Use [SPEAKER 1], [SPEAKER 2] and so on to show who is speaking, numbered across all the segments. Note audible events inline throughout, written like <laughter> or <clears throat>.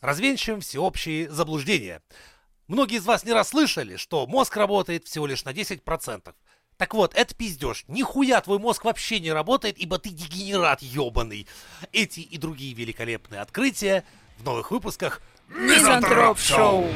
[SPEAKER 1] Развенчиваем всеобщие заблуждения. Многие из вас не раз слышали, что мозг работает всего лишь на 10%. Так вот, это пиздеж. Нихуя твой мозг вообще не работает, ибо ты дегенерат ебаный. Эти и другие великолепные открытия в новых выпусках
[SPEAKER 2] Мизантроп Шоу.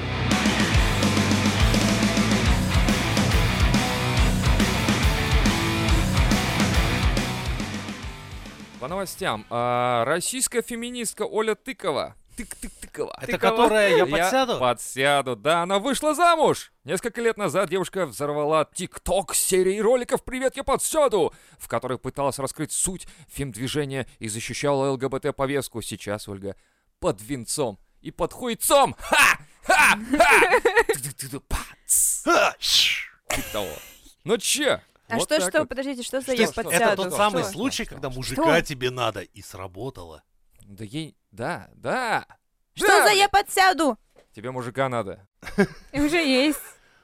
[SPEAKER 3] По новостям. А, российская феминистка Оля Тыкова. Тык-тык-тыкова.
[SPEAKER 1] Это которая я
[SPEAKER 3] Я
[SPEAKER 1] подсяду?
[SPEAKER 3] подсяду. Да, она вышла замуж. Несколько лет назад девушка взорвала тикток серии роликов «Привет, я подсяду», в которой пыталась раскрыть суть фемдвижения и защищала ЛГБТ-повестку. Сейчас, Ольга, под венцом и под хуйцом. Ха! Ха!
[SPEAKER 2] <laughs>
[SPEAKER 3] Ха! Тык-тык-тык-тык. Па! Тс!
[SPEAKER 1] Ха! Щ!
[SPEAKER 3] Типа того. Ну че?
[SPEAKER 2] А
[SPEAKER 3] Вот
[SPEAKER 2] что,
[SPEAKER 3] так
[SPEAKER 2] что,
[SPEAKER 3] вот.
[SPEAKER 2] подождите, что за
[SPEAKER 3] Что,
[SPEAKER 2] я
[SPEAKER 3] что? Это
[SPEAKER 2] подсяду?
[SPEAKER 1] Это тот самый
[SPEAKER 2] Что?
[SPEAKER 3] слу-
[SPEAKER 1] случай,
[SPEAKER 3] Что?
[SPEAKER 1] когда
[SPEAKER 3] Что?
[SPEAKER 1] мужика тебе надо. И сработало.
[SPEAKER 3] Да ей... Да, да.
[SPEAKER 2] Что
[SPEAKER 3] да,
[SPEAKER 2] за
[SPEAKER 3] блин.
[SPEAKER 2] я подсяду?
[SPEAKER 3] Тебе мужика надо.
[SPEAKER 2] Уже есть.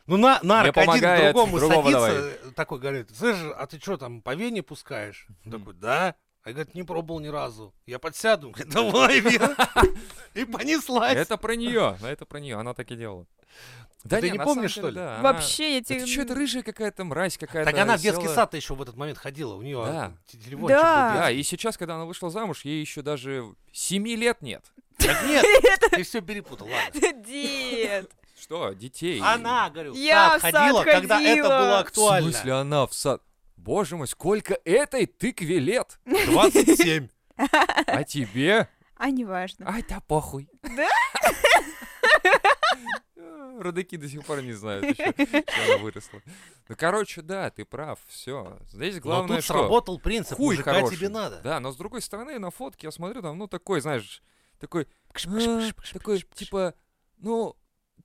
[SPEAKER 1] Ну, на, нарк один к
[SPEAKER 3] помогает,
[SPEAKER 1] другому
[SPEAKER 3] другого
[SPEAKER 1] садится, э, такой говорит, слышишь, а ты что там, по вене пускаешь? Он
[SPEAKER 3] Мгм.
[SPEAKER 1] Такой, да. А я, говорит, не пробовал ни разу. Я подсяду. Говорит, «Ну, давай, Вера. И понеслась.
[SPEAKER 3] Это про нее, это про нее, она так и делала. Да
[SPEAKER 1] Ты не
[SPEAKER 3] на
[SPEAKER 1] помнишь,
[SPEAKER 3] самом
[SPEAKER 1] что
[SPEAKER 3] деле,
[SPEAKER 1] ли?
[SPEAKER 3] да, она-
[SPEAKER 2] Вообще, я
[SPEAKER 3] Да
[SPEAKER 2] тебе...
[SPEAKER 3] ты чё, это
[SPEAKER 2] <laughs>
[SPEAKER 3] рыжая какая-то мразь какая-то.
[SPEAKER 1] Так она в детский
[SPEAKER 3] села-
[SPEAKER 1] сад еще в этот момент ходила. У нее
[SPEAKER 3] Да.
[SPEAKER 1] т- телефончик
[SPEAKER 2] Да.
[SPEAKER 1] был
[SPEAKER 3] Да, и сейчас, когда она вышла замуж, ей еще даже семи лет нет.
[SPEAKER 1] детский.
[SPEAKER 3] <laughs>
[SPEAKER 1] Так нет, ты все перепутал. Ладно.
[SPEAKER 2] Дед.
[SPEAKER 3] Что, детей?
[SPEAKER 1] Она, говорю, в сад
[SPEAKER 2] Я в сад
[SPEAKER 1] ходила, когда это
[SPEAKER 2] ходила.
[SPEAKER 1] было
[SPEAKER 3] В
[SPEAKER 1] актуально.
[SPEAKER 3] смысле она в сад? Боже мой, сколько этой тыкве лет?
[SPEAKER 1] 27.
[SPEAKER 3] А тебе?
[SPEAKER 2] А неважно.
[SPEAKER 3] Ай, да похуй.
[SPEAKER 2] Да?
[SPEAKER 3] Э, <laughs> Родаки до сих пор не знают <laughs> еще, что она выросла. Ну, короче, да, ты прав, все. Здесь
[SPEAKER 1] Но
[SPEAKER 3] главное,
[SPEAKER 1] тут
[SPEAKER 3] что...
[SPEAKER 1] сработал принцип,
[SPEAKER 3] Хуй
[SPEAKER 1] мужика
[SPEAKER 3] хороший.
[SPEAKER 1] тебе надо.
[SPEAKER 3] Да, но с другой стороны, на фотке я смотрю, там, ну, такой, знаешь, такой, «А, такой, типа, ну,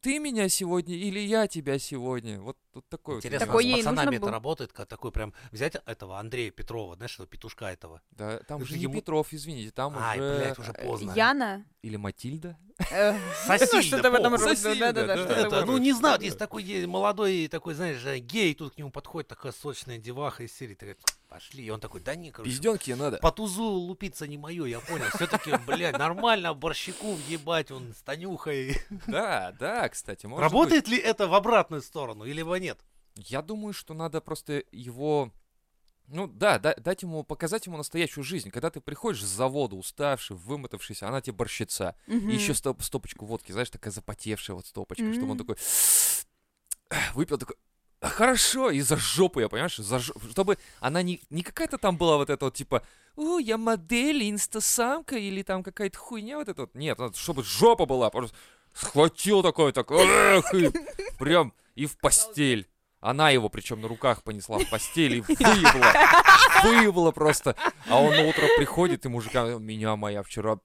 [SPEAKER 3] ты меня сегодня или я тебя сегодня? Вот, вот такой вот.
[SPEAKER 1] Интересно,
[SPEAKER 2] Такой
[SPEAKER 1] с
[SPEAKER 2] ей нужно
[SPEAKER 1] пацанами это
[SPEAKER 2] было.
[SPEAKER 1] работает, как такой прям взять этого Андрея Петрова, знаешь, этого петушка этого.
[SPEAKER 3] Да, там
[SPEAKER 1] Это
[SPEAKER 3] же
[SPEAKER 1] же
[SPEAKER 3] не
[SPEAKER 1] ему-
[SPEAKER 3] Петров, извините, там
[SPEAKER 1] Ай,
[SPEAKER 3] уже...
[SPEAKER 1] блядь, уже поздно.
[SPEAKER 2] э, Яна?
[SPEAKER 3] Или Матильда?
[SPEAKER 2] Э,
[SPEAKER 1] Сосильда,
[SPEAKER 2] ну, Что-то в этом
[SPEAKER 1] похуй.
[SPEAKER 2] роде.
[SPEAKER 3] Сосильда,
[SPEAKER 2] Да-да-да,
[SPEAKER 3] да.
[SPEAKER 2] что-то в
[SPEAKER 1] Это,
[SPEAKER 2] этом.
[SPEAKER 1] ну не знаю, вот есть
[SPEAKER 3] Да.
[SPEAKER 1] такой е- молодой, такой, знаешь, э, гей, тут к нему подходит такая сочная деваха из серии, такая, пошли, и он такой, да не, короче,
[SPEAKER 3] Пизденки надо.
[SPEAKER 1] по тузу лупиться не мое, я понял, все-таки, блядь, нормально борщику ебать, он с Танюхой.
[SPEAKER 3] Да, да, кстати, может быть.
[SPEAKER 1] Работает ли это в обратную сторону, или его нет?
[SPEAKER 3] Я думаю, что надо просто его... Ну да, да- дать ему, показать ему настоящую жизнь. Когда ты приходишь с завода, уставший, вымотавшийся, она тебе борщица.
[SPEAKER 2] Мгм.
[SPEAKER 3] И еще стоп, стопочку водки, знаешь, такая запотевшая вот стопочка, чтобы
[SPEAKER 2] М.
[SPEAKER 3] он такой <sniffs> выпил, такой, «А, хорошо, и за жопу, я понимаешь, за жо- чтобы она не, не какая-то там была вот эта вот, типа, о, я модель, инстасамка, или там какая-то хуйня вот эта вот. Нет, надо, чтобы жопа была, просто схватил такой, так, «Эх!» и прям и в постель. Она его, причем на руках понесла в постель и выебла. Выебла просто. А он на утро приходит, и мужика, меня моя вчера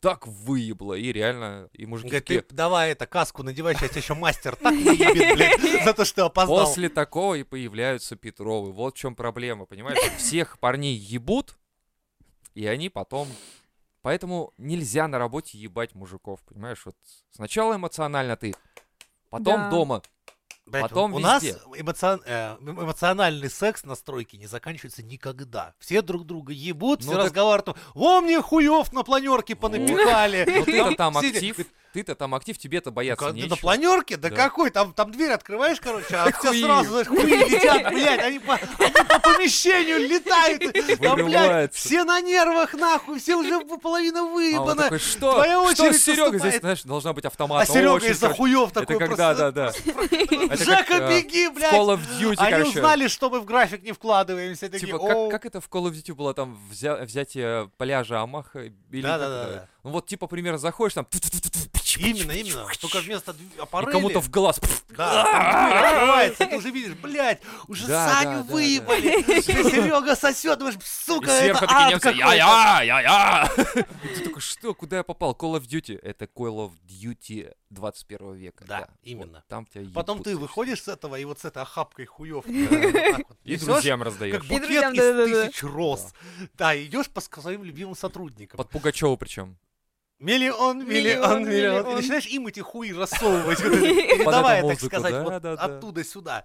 [SPEAKER 3] так выебла. И реально, и мужики
[SPEAKER 1] Говорит,
[SPEAKER 3] такие,
[SPEAKER 1] ты давай это, каску надевай, сейчас тебя еще мастер так выебет, блядь, за то, что опоздал.
[SPEAKER 3] После такого и появляются Петровы. Вот в чем проблема, понимаешь? Всех парней ебут, и они потом... Поэтому нельзя на работе ебать мужиков, понимаешь? Вот сначала эмоционально ты, потом
[SPEAKER 2] Да.
[SPEAKER 3] дома.
[SPEAKER 1] Блядь,
[SPEAKER 3] Потом
[SPEAKER 1] у
[SPEAKER 3] везде.
[SPEAKER 1] нас эмоцион- э, эм- эмоциональный секс на стройке не заканчивается никогда. Все друг друга ебут,
[SPEAKER 3] Ну
[SPEAKER 1] все
[SPEAKER 3] так-
[SPEAKER 1] разговаривают. Во мне хуев на планерке
[SPEAKER 3] <laughs>
[SPEAKER 1] понапихали.
[SPEAKER 3] Но «Ну, ты-то там
[SPEAKER 1] Сидя-
[SPEAKER 3] актив, ты-то там актив, тебе-то бояться
[SPEAKER 1] Как-
[SPEAKER 3] нечего.
[SPEAKER 1] «Ну, на планерке? Да,
[SPEAKER 3] Да.
[SPEAKER 1] какой? Там, там дверь открываешь, короче, а все
[SPEAKER 3] Хуи.
[SPEAKER 1] сразу, знаешь,
[SPEAKER 3] <laughs>
[SPEAKER 1] хуи летят, блядь, они по, они по помещению летают. Там, блядь,
[SPEAKER 3] Вырываются.
[SPEAKER 1] все на нервах, нахуй, все уже половина
[SPEAKER 3] А он
[SPEAKER 1] выебана.
[SPEAKER 3] такой, что?
[SPEAKER 1] твоя
[SPEAKER 3] что
[SPEAKER 1] очередь
[SPEAKER 3] Серега? Здесь,
[SPEAKER 1] наступает».
[SPEAKER 3] знаешь, должна быть автомат.
[SPEAKER 1] А Серега
[SPEAKER 3] Очень
[SPEAKER 1] из-за
[SPEAKER 3] короче.
[SPEAKER 1] хуев
[SPEAKER 3] Это
[SPEAKER 1] такой
[SPEAKER 3] когда,
[SPEAKER 1] просто.
[SPEAKER 3] да, да. Это
[SPEAKER 1] Жека,
[SPEAKER 3] как, э,
[SPEAKER 1] беги,
[SPEAKER 3] В
[SPEAKER 1] блядь.
[SPEAKER 3] Call of Duty,
[SPEAKER 1] Они
[SPEAKER 3] короче.
[SPEAKER 1] узнали, что мы в график не вкладываемся. Такие,
[SPEAKER 3] Типа,
[SPEAKER 1] «Оу».
[SPEAKER 3] как, как это в Call of Duty было там взя- взятие пляжа Амаха? Или
[SPEAKER 1] Да,
[SPEAKER 3] как
[SPEAKER 1] да,
[SPEAKER 3] это?
[SPEAKER 1] да, да.
[SPEAKER 3] Ну вот, типа, примерно, заходишь там...
[SPEAKER 1] Именно, именно. Только вместо
[SPEAKER 3] И
[SPEAKER 1] аппарата.
[SPEAKER 3] кому-то в глаз.
[SPEAKER 1] Да, там дверь открывается, ты уже видишь, блядь, уже
[SPEAKER 3] Да, да,
[SPEAKER 1] Саню
[SPEAKER 3] да,
[SPEAKER 1] выебали. Серега сосет, думаешь,
[SPEAKER 3] И
[SPEAKER 1] сука, это
[SPEAKER 3] сверху такие
[SPEAKER 1] ад
[SPEAKER 3] немцы.
[SPEAKER 1] какой-то».
[SPEAKER 3] Я-я, я-я. И Ты такой, что, куда я попал? Call of Duty. Это Call of Duty 21 века.
[SPEAKER 1] Да,
[SPEAKER 3] Вот
[SPEAKER 1] именно.
[SPEAKER 3] Там тебя ебут,
[SPEAKER 1] Потом ты
[SPEAKER 3] слышишь.
[SPEAKER 1] выходишь с этого и вот с этой охапкой
[SPEAKER 3] <laughs>
[SPEAKER 1] э, хуев.
[SPEAKER 3] И друзьям раздаешь.
[SPEAKER 1] Как
[SPEAKER 2] И
[SPEAKER 1] букет
[SPEAKER 2] друзьям,
[SPEAKER 1] из
[SPEAKER 2] да-да-да.
[SPEAKER 1] тысяч роз. Да, идешь по ск- своим любимым сотрудникам.
[SPEAKER 3] Под Пугачева причем.
[SPEAKER 1] Миллион,
[SPEAKER 2] Миллион,
[SPEAKER 1] миллион, миллион. И
[SPEAKER 2] миллион.
[SPEAKER 1] начинаешь им эти хуи рассовывать.
[SPEAKER 3] <laughs>
[SPEAKER 1] вот это, Передавая, так
[SPEAKER 3] музыку,
[SPEAKER 1] сказать,
[SPEAKER 3] да,
[SPEAKER 1] вот
[SPEAKER 3] да, да.
[SPEAKER 1] оттуда сюда.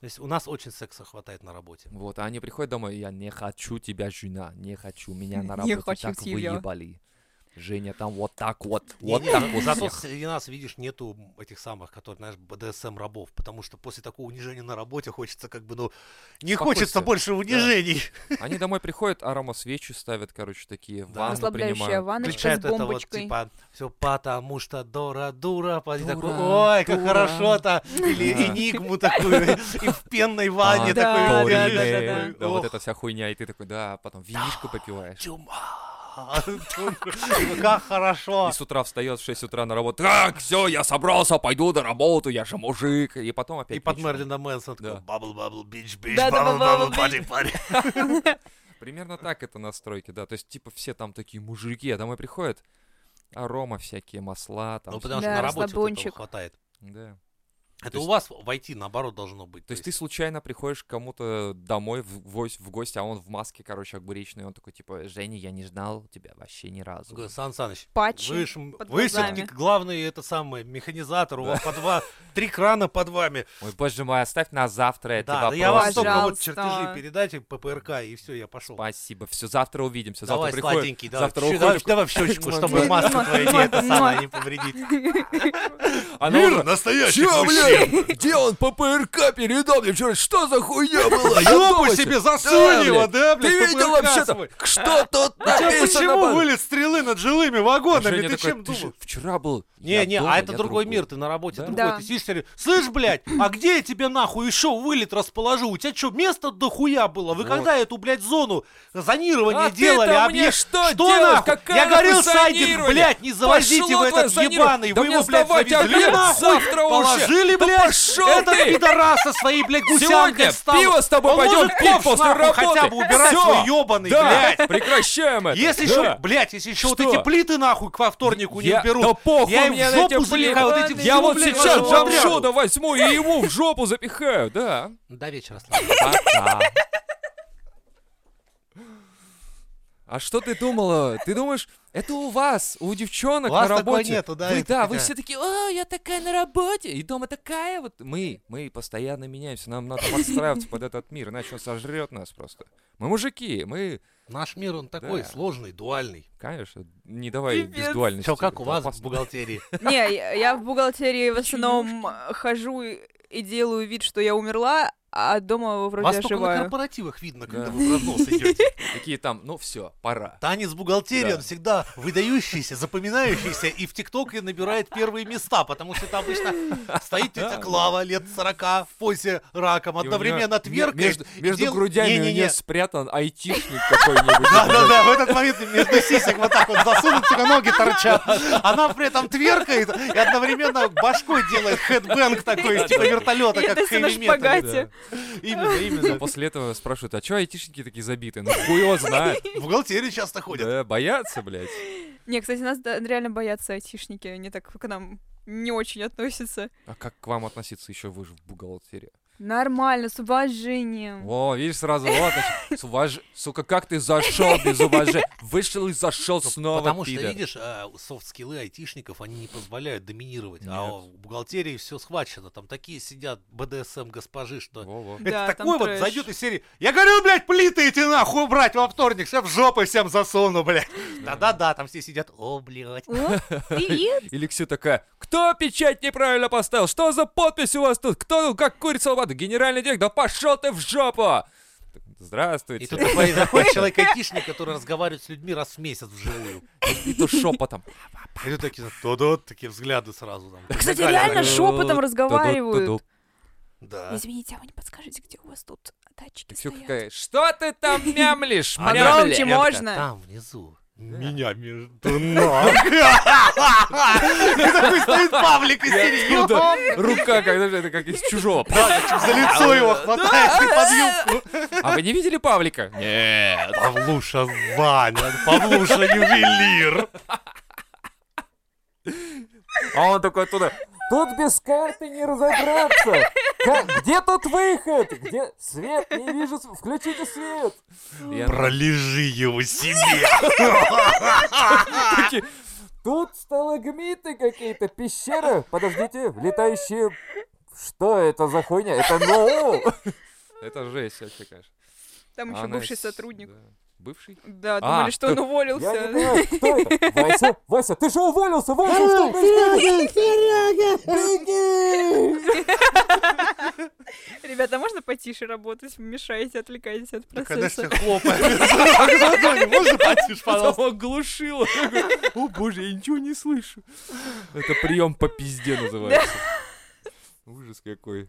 [SPEAKER 1] То есть у нас очень секса хватает на работе.
[SPEAKER 3] Вот, а
[SPEAKER 2] <laughs>
[SPEAKER 3] они приходят домой, я не хочу тебя, жена, не хочу, меня на
[SPEAKER 2] Не
[SPEAKER 3] работе
[SPEAKER 2] хочу
[SPEAKER 3] так
[SPEAKER 2] тебя.
[SPEAKER 3] выебали. Женя, там вот так
[SPEAKER 2] <laughs>
[SPEAKER 3] вот,
[SPEAKER 1] Не,
[SPEAKER 3] вот
[SPEAKER 1] не,
[SPEAKER 3] так
[SPEAKER 1] за-
[SPEAKER 3] вот
[SPEAKER 1] Зато
[SPEAKER 3] всех.
[SPEAKER 1] среди нас, видишь, нету этих самых, которые, знаешь, БДСМ-рабов, потому что после такого унижения на работе хочется как бы, ну, не хочется
[SPEAKER 3] Спокойствие.
[SPEAKER 1] больше унижений.
[SPEAKER 3] Они домой приходят, аромасвечи ставят, короче, такие, в
[SPEAKER 1] Да.
[SPEAKER 3] ванну
[SPEAKER 2] Расслабляющая
[SPEAKER 3] принимают.
[SPEAKER 2] ванночка с
[SPEAKER 1] Включают это вот,
[SPEAKER 2] бомбочкой.
[SPEAKER 1] типа, все потому что Дора дура, и
[SPEAKER 3] Дура,
[SPEAKER 1] такой, ой, как
[SPEAKER 3] дура».
[SPEAKER 1] хорошо-то, или
[SPEAKER 3] Да.
[SPEAKER 1] энигму такую, и в пенной ванне
[SPEAKER 2] Да,
[SPEAKER 1] такой
[SPEAKER 2] да,
[SPEAKER 1] лежишь,
[SPEAKER 2] да,
[SPEAKER 1] такой,
[SPEAKER 2] да,
[SPEAKER 3] Да, вот
[SPEAKER 1] «Ох,
[SPEAKER 3] эта вся хуйня, и ты такой, да, потом винишко попиваешь.
[SPEAKER 1] тюма, тюма, Ну, как хорошо.
[SPEAKER 3] И с утра встает в 6 утра на работу. Так, все, я собрался, пойду на работу, я же мужик. И потом опять.
[SPEAKER 1] И под
[SPEAKER 3] вечером.
[SPEAKER 1] Мерлина Мэнсона такой,
[SPEAKER 3] Да.
[SPEAKER 1] бабл бабл бич бич,
[SPEAKER 2] Да, да,
[SPEAKER 1] бабл
[SPEAKER 2] бабл,
[SPEAKER 1] бабл пари пари.
[SPEAKER 3] Примерно так это настройки, да. То есть, типа, все там такие мужики, а домой приходят. Арома всякие, масла там.
[SPEAKER 1] Ну,
[SPEAKER 3] всё.
[SPEAKER 1] потому что
[SPEAKER 2] Да,
[SPEAKER 1] на работе вот этого
[SPEAKER 2] расслабончик.
[SPEAKER 1] хватает.
[SPEAKER 3] Да.
[SPEAKER 1] Это
[SPEAKER 3] То
[SPEAKER 1] у
[SPEAKER 3] есть-
[SPEAKER 1] вас войти наоборот должно быть.
[SPEAKER 3] То есть ты случайно приходишь к кому-то домой в, гось- в гости, а он в маске, короче, огуречный, и он такой, типа, Женя, я не ждал тебя вообще ни разу.
[SPEAKER 1] Говорю, Сан Саныч,
[SPEAKER 2] Патчи
[SPEAKER 1] вы, ж м-
[SPEAKER 2] под
[SPEAKER 1] вы все-таки
[SPEAKER 2] глазами.
[SPEAKER 1] главный это самый механизатор, у вас по два, три крана под вами.
[SPEAKER 3] Ой, боже мой, оставь на завтра <laughs> это
[SPEAKER 1] да, да
[SPEAKER 3] вопрос.
[SPEAKER 1] я вам только вот
[SPEAKER 2] Пожалуйста.
[SPEAKER 1] чертежи передайте ППРК, и все, я пошел.
[SPEAKER 3] Спасибо, все, завтра увидимся.
[SPEAKER 1] Давай,
[SPEAKER 3] завтра приходит.
[SPEAKER 1] сладенький, давай,
[SPEAKER 3] завтра
[SPEAKER 1] щ-
[SPEAKER 3] уходит.
[SPEAKER 1] давай, давай в <laughs> щечку, чтобы маска твоя не, это самое, не повредить.
[SPEAKER 2] <laughs>
[SPEAKER 1] а
[SPEAKER 3] Она уже-
[SPEAKER 1] настоящий
[SPEAKER 3] А ну, Чё, блядь? Где он ППРК передал мне вчера? Что за хуйня была? Я
[SPEAKER 1] Жопу
[SPEAKER 3] дома
[SPEAKER 1] себе
[SPEAKER 3] сё-
[SPEAKER 1] засунь его,
[SPEAKER 3] блядь.
[SPEAKER 1] да, блядь,
[SPEAKER 3] Ты видел
[SPEAKER 1] ППРК
[SPEAKER 3] вообще-то,
[SPEAKER 1] свой.
[SPEAKER 3] что тут
[SPEAKER 1] У тебя
[SPEAKER 3] написано было?
[SPEAKER 1] почему вылет стрелы над жилыми вагонами?
[SPEAKER 3] Женя
[SPEAKER 1] Ты
[SPEAKER 3] такой,
[SPEAKER 1] чем
[SPEAKER 3] «Ты же
[SPEAKER 1] думал?
[SPEAKER 3] Вчера был. я
[SPEAKER 1] Не, не,
[SPEAKER 3] дома,
[SPEAKER 1] а это
[SPEAKER 3] я
[SPEAKER 1] другой
[SPEAKER 3] другой.
[SPEAKER 1] мир, ты на работе
[SPEAKER 3] Да?
[SPEAKER 1] другой,
[SPEAKER 2] Да.
[SPEAKER 1] ты сидишь, тебе говорят, слышь, блядь, а где я тебе нахуй еще вылет расположу? У тебя что, место дохуя было? Вы
[SPEAKER 3] Вот.
[SPEAKER 1] когда эту, блядь, зону зонирования
[SPEAKER 3] А ты-то
[SPEAKER 1] делали?
[SPEAKER 3] мне
[SPEAKER 1] объе-
[SPEAKER 3] что
[SPEAKER 1] что
[SPEAKER 3] делаешь?
[SPEAKER 1] нахуй?
[SPEAKER 3] Какая
[SPEAKER 1] я
[SPEAKER 3] нахуй
[SPEAKER 1] говорил, Сайдин,
[SPEAKER 3] зонирование?
[SPEAKER 1] блядь, не завозите
[SPEAKER 3] Пошло
[SPEAKER 1] в этот
[SPEAKER 3] твое зонирование.
[SPEAKER 1] ебаный,
[SPEAKER 3] Да
[SPEAKER 1] вы
[SPEAKER 3] мне
[SPEAKER 1] его, блядь,
[SPEAKER 3] сдавать
[SPEAKER 1] завезли
[SPEAKER 3] обед
[SPEAKER 1] нахуй,
[SPEAKER 3] завтра уже.
[SPEAKER 1] положили,
[SPEAKER 3] Да
[SPEAKER 1] блядь,
[SPEAKER 3] пошел
[SPEAKER 1] этот
[SPEAKER 3] ты!
[SPEAKER 1] пидорас со своей, блядь,
[SPEAKER 3] Сегодня
[SPEAKER 1] гусянкой встал.
[SPEAKER 3] пиво с тобой
[SPEAKER 1] Он
[SPEAKER 3] пойдем
[SPEAKER 1] может
[SPEAKER 3] пить
[SPEAKER 1] ковш
[SPEAKER 3] после
[SPEAKER 1] нахуй
[SPEAKER 3] работы.
[SPEAKER 1] хотя бы убирать
[SPEAKER 3] Всё.
[SPEAKER 1] свой ебаный,
[SPEAKER 3] да,
[SPEAKER 1] блядь.
[SPEAKER 3] прекращаем это.
[SPEAKER 1] Если еще,
[SPEAKER 3] Да.
[SPEAKER 1] блядь, если еще вот
[SPEAKER 3] Что?
[SPEAKER 1] эти плиты нахуй к во вторнику не
[SPEAKER 3] Я-
[SPEAKER 1] уберут,
[SPEAKER 3] Да похуй
[SPEAKER 1] я им
[SPEAKER 3] мне
[SPEAKER 1] в
[SPEAKER 3] на эти
[SPEAKER 1] жопу
[SPEAKER 3] блин-
[SPEAKER 1] заливаю вот эти
[SPEAKER 3] Я
[SPEAKER 1] всё,
[SPEAKER 3] вот
[SPEAKER 1] блядь,
[SPEAKER 3] сейчас
[SPEAKER 1] вашу подряду.
[SPEAKER 3] Джамшода возьму и ему в жопу запихаю, да. а.
[SPEAKER 1] До вечера.
[SPEAKER 3] Пока. А что ты думала? Ты думаешь, это у вас, у девчонок
[SPEAKER 1] У вас
[SPEAKER 3] на
[SPEAKER 1] такого
[SPEAKER 3] работе?
[SPEAKER 1] нету, да,
[SPEAKER 3] Вы,
[SPEAKER 1] это
[SPEAKER 3] да,
[SPEAKER 1] такая.
[SPEAKER 3] вы все такие, о, я такая на работе, и дома такая вот. Мы, мы постоянно меняемся, нам надо подстраиваться под этот мир, иначе он сожрет нас просто. Мы мужики, мы,
[SPEAKER 1] Наш мир, он такой
[SPEAKER 3] Да.
[SPEAKER 1] сложный, дуальный.
[SPEAKER 3] конечно, не давай
[SPEAKER 2] Пипец.
[SPEAKER 3] без дуальности.
[SPEAKER 1] Все как у
[SPEAKER 3] это
[SPEAKER 1] вас в
[SPEAKER 3] опасно. <laughs>
[SPEAKER 1] бухгалтерии.
[SPEAKER 2] Не, я- я в бухгалтерии в основном э, хожу и и делаю вид, что я умерла, а дома
[SPEAKER 1] Вас
[SPEAKER 2] вроде
[SPEAKER 1] только на
[SPEAKER 2] оживаю.
[SPEAKER 1] корпоративах видно, когда
[SPEAKER 3] Да.
[SPEAKER 1] вы в разнос
[SPEAKER 3] <laughs>
[SPEAKER 1] идете.
[SPEAKER 3] Такие там, ну все, пора.
[SPEAKER 1] Танец бухгалтерии,
[SPEAKER 3] Да.
[SPEAKER 1] он всегда выдающийся, запоминающийся, и в ТикТоке набирает первые места, потому что это обычно стоит тетя
[SPEAKER 3] Да.
[SPEAKER 1] Клава лет 40 в позе раком,
[SPEAKER 3] И у неё
[SPEAKER 1] одновременно
[SPEAKER 3] ме-
[SPEAKER 1] тверкает.
[SPEAKER 3] Между, между
[SPEAKER 1] дел-
[SPEAKER 3] грудями у
[SPEAKER 1] Не-не-не.
[SPEAKER 3] нее спрятан айтишник какой-нибудь.
[SPEAKER 1] Да-да-да, в этот момент между сисек вот так вот засунут, у тебя ноги торчат. Она при этом тверкает и одновременно башкой делает хедбэнг такой, типа вертолета,
[SPEAKER 2] Я
[SPEAKER 1] как
[SPEAKER 2] это на
[SPEAKER 1] хэви метал.
[SPEAKER 2] шпагате.
[SPEAKER 1] Именно,
[SPEAKER 3] А
[SPEAKER 1] именно.
[SPEAKER 3] после этого спрашивают, а чё айтишники такие забиты? Ну, хуй его знает.
[SPEAKER 1] В бухгалтерии часто <laughs> ходят.
[SPEAKER 3] Да, боятся, блядь.
[SPEAKER 2] Не, кстати, нас да, реально боятся айтишники, они так к нам не очень относятся.
[SPEAKER 3] А как к вам относиться еще вы же в бухгалтерии?
[SPEAKER 2] Нормально, с уважением.
[SPEAKER 3] О, видишь, сразу вот, значит, с уваж- Сука, как ты зашел без уважения? Вышел и зашел снова,
[SPEAKER 1] Потому что,
[SPEAKER 3] пидор.
[SPEAKER 1] видишь, а, софт-скиллы айтишников, они не позволяют доминировать.
[SPEAKER 3] Нет.
[SPEAKER 1] А у бухгалтерии все схвачено. Там такие сидят БДСМ-госпожи, что
[SPEAKER 3] Во-во.
[SPEAKER 1] Это
[SPEAKER 2] Да,
[SPEAKER 1] такой
[SPEAKER 2] там
[SPEAKER 1] вот
[SPEAKER 2] трэш.
[SPEAKER 1] зайдет из серии. Я говорю, блядь, плиты эти нахуй убрать во вторник, сейчас в жопы всем засуну, блядь. Да-да-да, там все сидят, о, блядь.
[SPEAKER 2] О,
[SPEAKER 1] <laughs>
[SPEAKER 2] привет!
[SPEAKER 3] Или Ксю такая, кто печать неправильно поставил? Что за подпись у вас тут? Кто, ну, как курица лопата? Генеральный директор, да пошел ты в жопу! Здравствуйте.
[SPEAKER 1] И тут
[SPEAKER 3] <laughs>
[SPEAKER 1] такой такой человек-айтишник, который разговаривает с людьми раз в месяц вживую.
[SPEAKER 3] И то шепотом.
[SPEAKER 1] И тут такие, то такие взгляды сразу там.
[SPEAKER 2] А, Кстати,
[SPEAKER 1] Загадывают.
[SPEAKER 2] реально шепотом
[SPEAKER 3] Ту-ду-ту-ду.
[SPEAKER 2] разговаривают.
[SPEAKER 1] Да.
[SPEAKER 2] Извините, а вы не подскажете, где у вас тут датчики
[SPEAKER 3] Ксю
[SPEAKER 2] стоят?
[SPEAKER 3] какая, что ты там <laughs> мямлишь?
[SPEAKER 2] А
[SPEAKER 3] мямля?»
[SPEAKER 2] громче
[SPEAKER 3] Я такая,
[SPEAKER 2] можно?
[SPEAKER 1] Там внизу.
[SPEAKER 3] <laughs>
[SPEAKER 1] Меня между ног. И такой стоит Павлик из серии. «Ё-хо!»
[SPEAKER 3] Откуда А, рука, когда же это как из чужого.
[SPEAKER 1] Да, так за лицо его хватает и под юбку.
[SPEAKER 3] А вы не видели Павлика? Нет.
[SPEAKER 1] Э, Павлуша Ваня, Павлуша ювелир.
[SPEAKER 3] А он такой оттуда. Тут без карты не разобраться. Ка- Где тут выход? Где свет? Не вижу. св- Включите свет. Я
[SPEAKER 1] Пролежи его себе.
[SPEAKER 3] такие, <laughs> Тут сталагмиты какие-то, пещеры. Подождите, летающие... Что это за хуйня? Это ноу. Это жесть вообще, конечно. А
[SPEAKER 2] Там еще бывший сотрудник.
[SPEAKER 3] Бывший?
[SPEAKER 2] Да,
[SPEAKER 3] А,
[SPEAKER 2] думали, что он <laughs>
[SPEAKER 3] так
[SPEAKER 2] уволился.
[SPEAKER 3] понимаю, кто это? Вася, Вася, ты же уволился, Вася, что происходит?
[SPEAKER 2] Ребята, а можно потише работать? Мешаете, отвлекаетесь от
[SPEAKER 1] Да Когда ж
[SPEAKER 2] процесса.
[SPEAKER 1] тебя хлопает. Можно потише, пожалуйста?
[SPEAKER 3] <laughs> Потом <laughs> оглушило. О боже, я ничего не слышу. Это прием по пизде называется. Ужас какой.